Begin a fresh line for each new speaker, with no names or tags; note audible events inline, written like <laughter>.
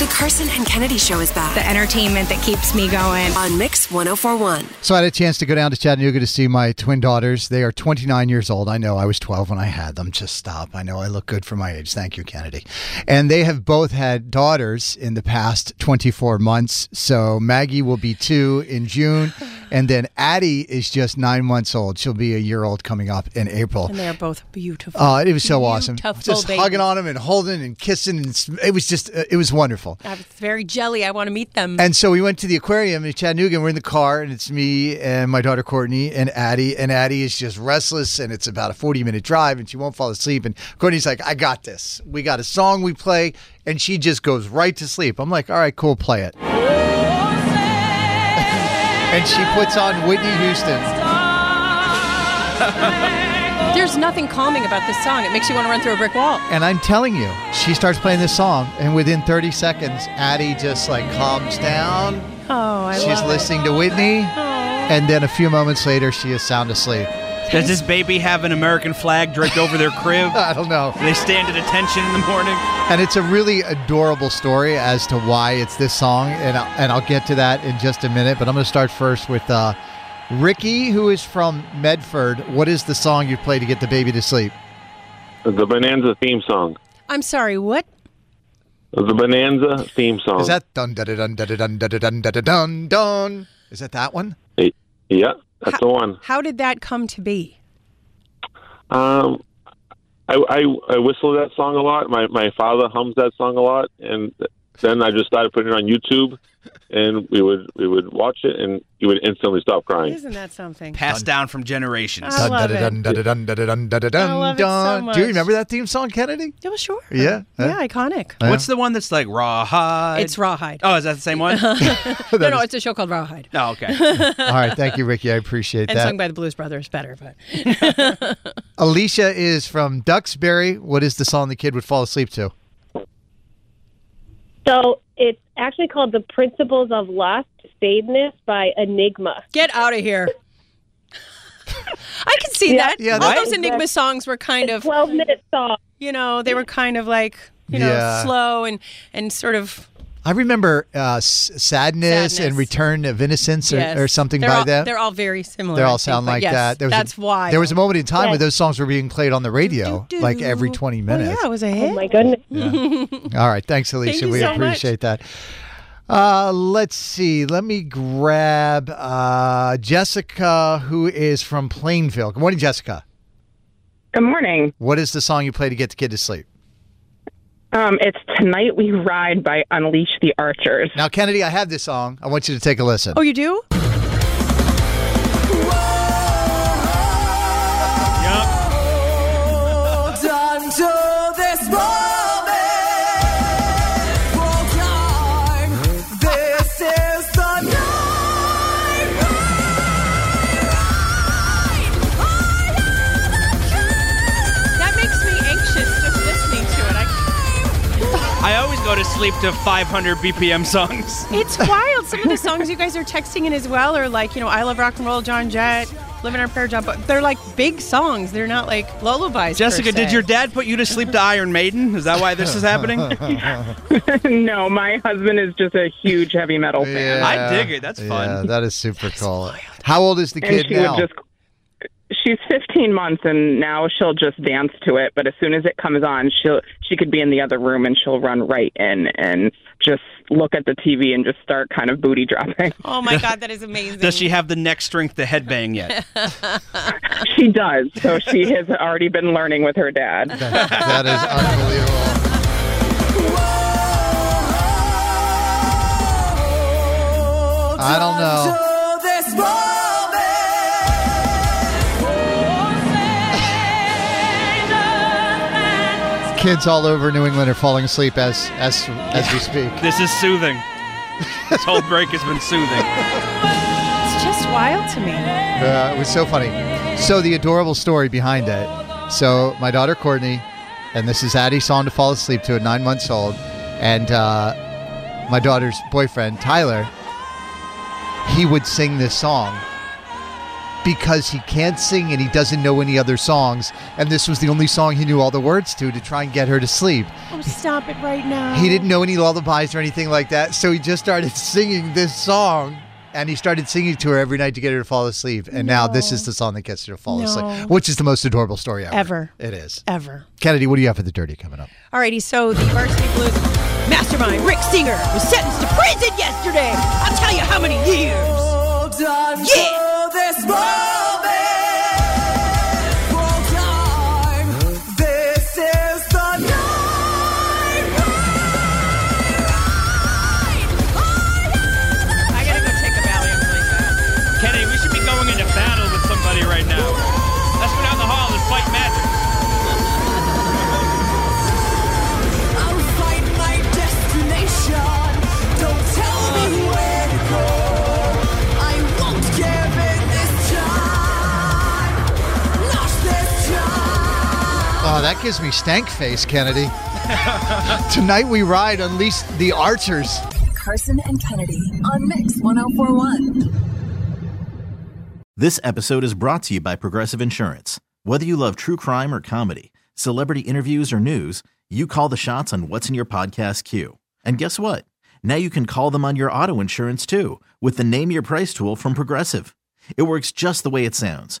The Carson and Kennedy Show is back
the entertainment that keeps me going.
on Mix 1041.
So I had a chance to go down to Chattanooga to see my twin daughters. They are 29 years old. I know I was 12 when I had them. Just stop. I know I look good for my age. Thank you, Kennedy. And they have both had daughters in the past 24 months. So Maggie will be two in
<laughs>
June. And then Addie is just nine months old. She'll be a year old coming up in April.
And they are both beautiful.
Oh, it was so awesome.
Beautiful
Just
babies.
hugging on them and holding and kissing. And sm- it was just, uh, it was wonderful.
I was very jelly. I want to meet them.
And so we went to the aquarium in Chattanooga, and we're in the car, and it's me and my daughter Courtney and Addie. And Addie is just restless, and it's about a 40 minute drive, and she won't fall asleep. And Courtney's like, I got this. We got a song we play, and she just goes right to sleep. I'm like, all right, cool, play it. and she puts on Whitney Houston.
There's nothing calming about this song. It makes you want to run through a brick wall.
And I'm telling you, she starts playing this song, and within 30 seconds, Addie just like calms down.
Oh, I
She's listening to Whitney, and then a few moments later, she is sound asleep.
Does this baby have an American flag draped over their
<laughs>
crib?
<laughs> I don't know.
Do they stand at attention in the morning?
And it's a really adorable story as to why it's this song, and I'll, and I'll get to that in just a minute. But I'm going to start first with uh, Ricky, who is from Medford. What is the song you play to get the baby to sleep?
The Bonanza theme song.
I'm sorry. What?
The Bonanza theme song.
Is that dun dun dun dun dun dun dun dun dun dun? Is that that one?
Yeah, that's the one.
How did that come to be?
Um, I, I I whistle that song a lot. My my father hums that song a lot, and then I just started putting it on YouTube, and we would we would watch it, and he would instantly stop crying.
Isn't that something?
Passed down from generations.
I love
Dun, dun, dun, dun, dun, dun, dun, dun,
I love it
dun.
so
Do you
much.
remember that theme song, Kennedy?
It was sure.
Yeah, huh?
Yeah, iconic.
What's the one that's like rawhide?
It's Rawhide.
Oh, is that the
<laughs>
same one?
<laughs>
<laughs>
no, no, it's a show called Rawhide.
no, okay.
All right, thank you, Ricky. I appreciate
And
that.
sung by the Blues Brothers, better. But <laughs>
Alicia is from Duxbury. What is the song the kid would fall asleep to?
So it's actually called The Principles of Lost Sadness by Enigma.
get out of here. I can see that.
yeah,
All
that-
those Enigma songs were kind of,
12 minute song.
you know, they were kind of like, you know,
Yeah.
slow and and sort of
I remember uh, s- sadness,
Sadness.
and return of innocence, or,
Yes.
or something
They're
by
all,
that.
They're all very similar.
They
I
all
think,
sound
but
like
yes,
that. There was
that's
a,
why.
There was a moment in time where
Yes.
those songs were being played on the radio,
Do-do-do.
like every 20 minutes.
yeah, it was a hit.
Oh my goodness.
All right, thanks, Alicia.
you
we
so much.
appreciate that. Uh, let's see. Let me grab uh, Jessica, who is from Plainville. Good morning, Jessica.
Good morning.
What is the song you play to get the kid to sleep?
Um, it's Tonight We Ride by Unleash the Archers.
Now, Kennedy, I have this song. I want you to take a listen.
Oh, you do? That makes me anxious just listening to it. I,
I always go to sleep to 500 BPM
<laughs>
songs.
it's wild. Some of the songs you guys are texting in as well are like, you know, I Love Rock and Roll, John Jett, Living on a Prayer, John. But they're like big songs. They're not like lullabies. per
Jessica, did
se.
your dad put you to sleep to Iron Maiden? Is that why this is happening?
<laughs>
no, my husband is just a huge heavy metal fan.
Yeah.
I dig it. That's fun.
Yeah, that is
<laughs>
super cool. How old is the
And
kid
she
now?
would just she's 15 months and now she'll just dance to it, but as soon as it comes on, she'll she could be in the other room and she'll run right in and just look at the TV and just start kind of booty dropping. <laughs>
Oh
<laughs>
my God, that is amazing.
Does she have the neck strength to headbang yet?
she does. So she has already been learning with her dad.
that is unbelievable. I don't know. kids all over New England are falling asleep as as as we speak.
This is soothing. this whole break has been soothing.
It's just wild to me.
Uh, it was so funny. So the adorable story behind it. So my daughter Courtney, and this is Addie's song to fall asleep to at nine months old, and uh, my daughter's boyfriend Tyler. He would sing this song because he can't sing and he doesn't know any other songs, and this was the only song he knew all the words to to try and get her to sleep.
Oh, stop it right now.
He didn't know any lullabies or anything like that, so he just started <laughs> singing this song. And he started singing to her every night to get her to fall asleep. And now this is the song that gets her to fall
No.
asleep, which is the most adorable story ever.
Ever.
It is.
Ever.
Kennedy, what do you have for the dirty coming up?
Alrighty, so the Varsity Blues mastermind Rick Singer was sentenced to prison yesterday. I'll tell you how many years.
Oh,
Yeah. <laughs> I gotta go take a Valium.
Kenny, we should be going into battle with somebody right now. Let's go down the hall and fight magic.
Oh, that gives me stank face, Kennedy. <laughs> Tonight we ride, unleash the archers.
Carson and Kennedy on Mix 1041.
This episode is brought to you by Progressive Insurance. Whether you love true crime or comedy, celebrity interviews or news, you call the shots on what's in your podcast queue. And guess what? Now you can call them on your auto insurance too with the Name Your Price tool from Progressive. It works just the way it sounds.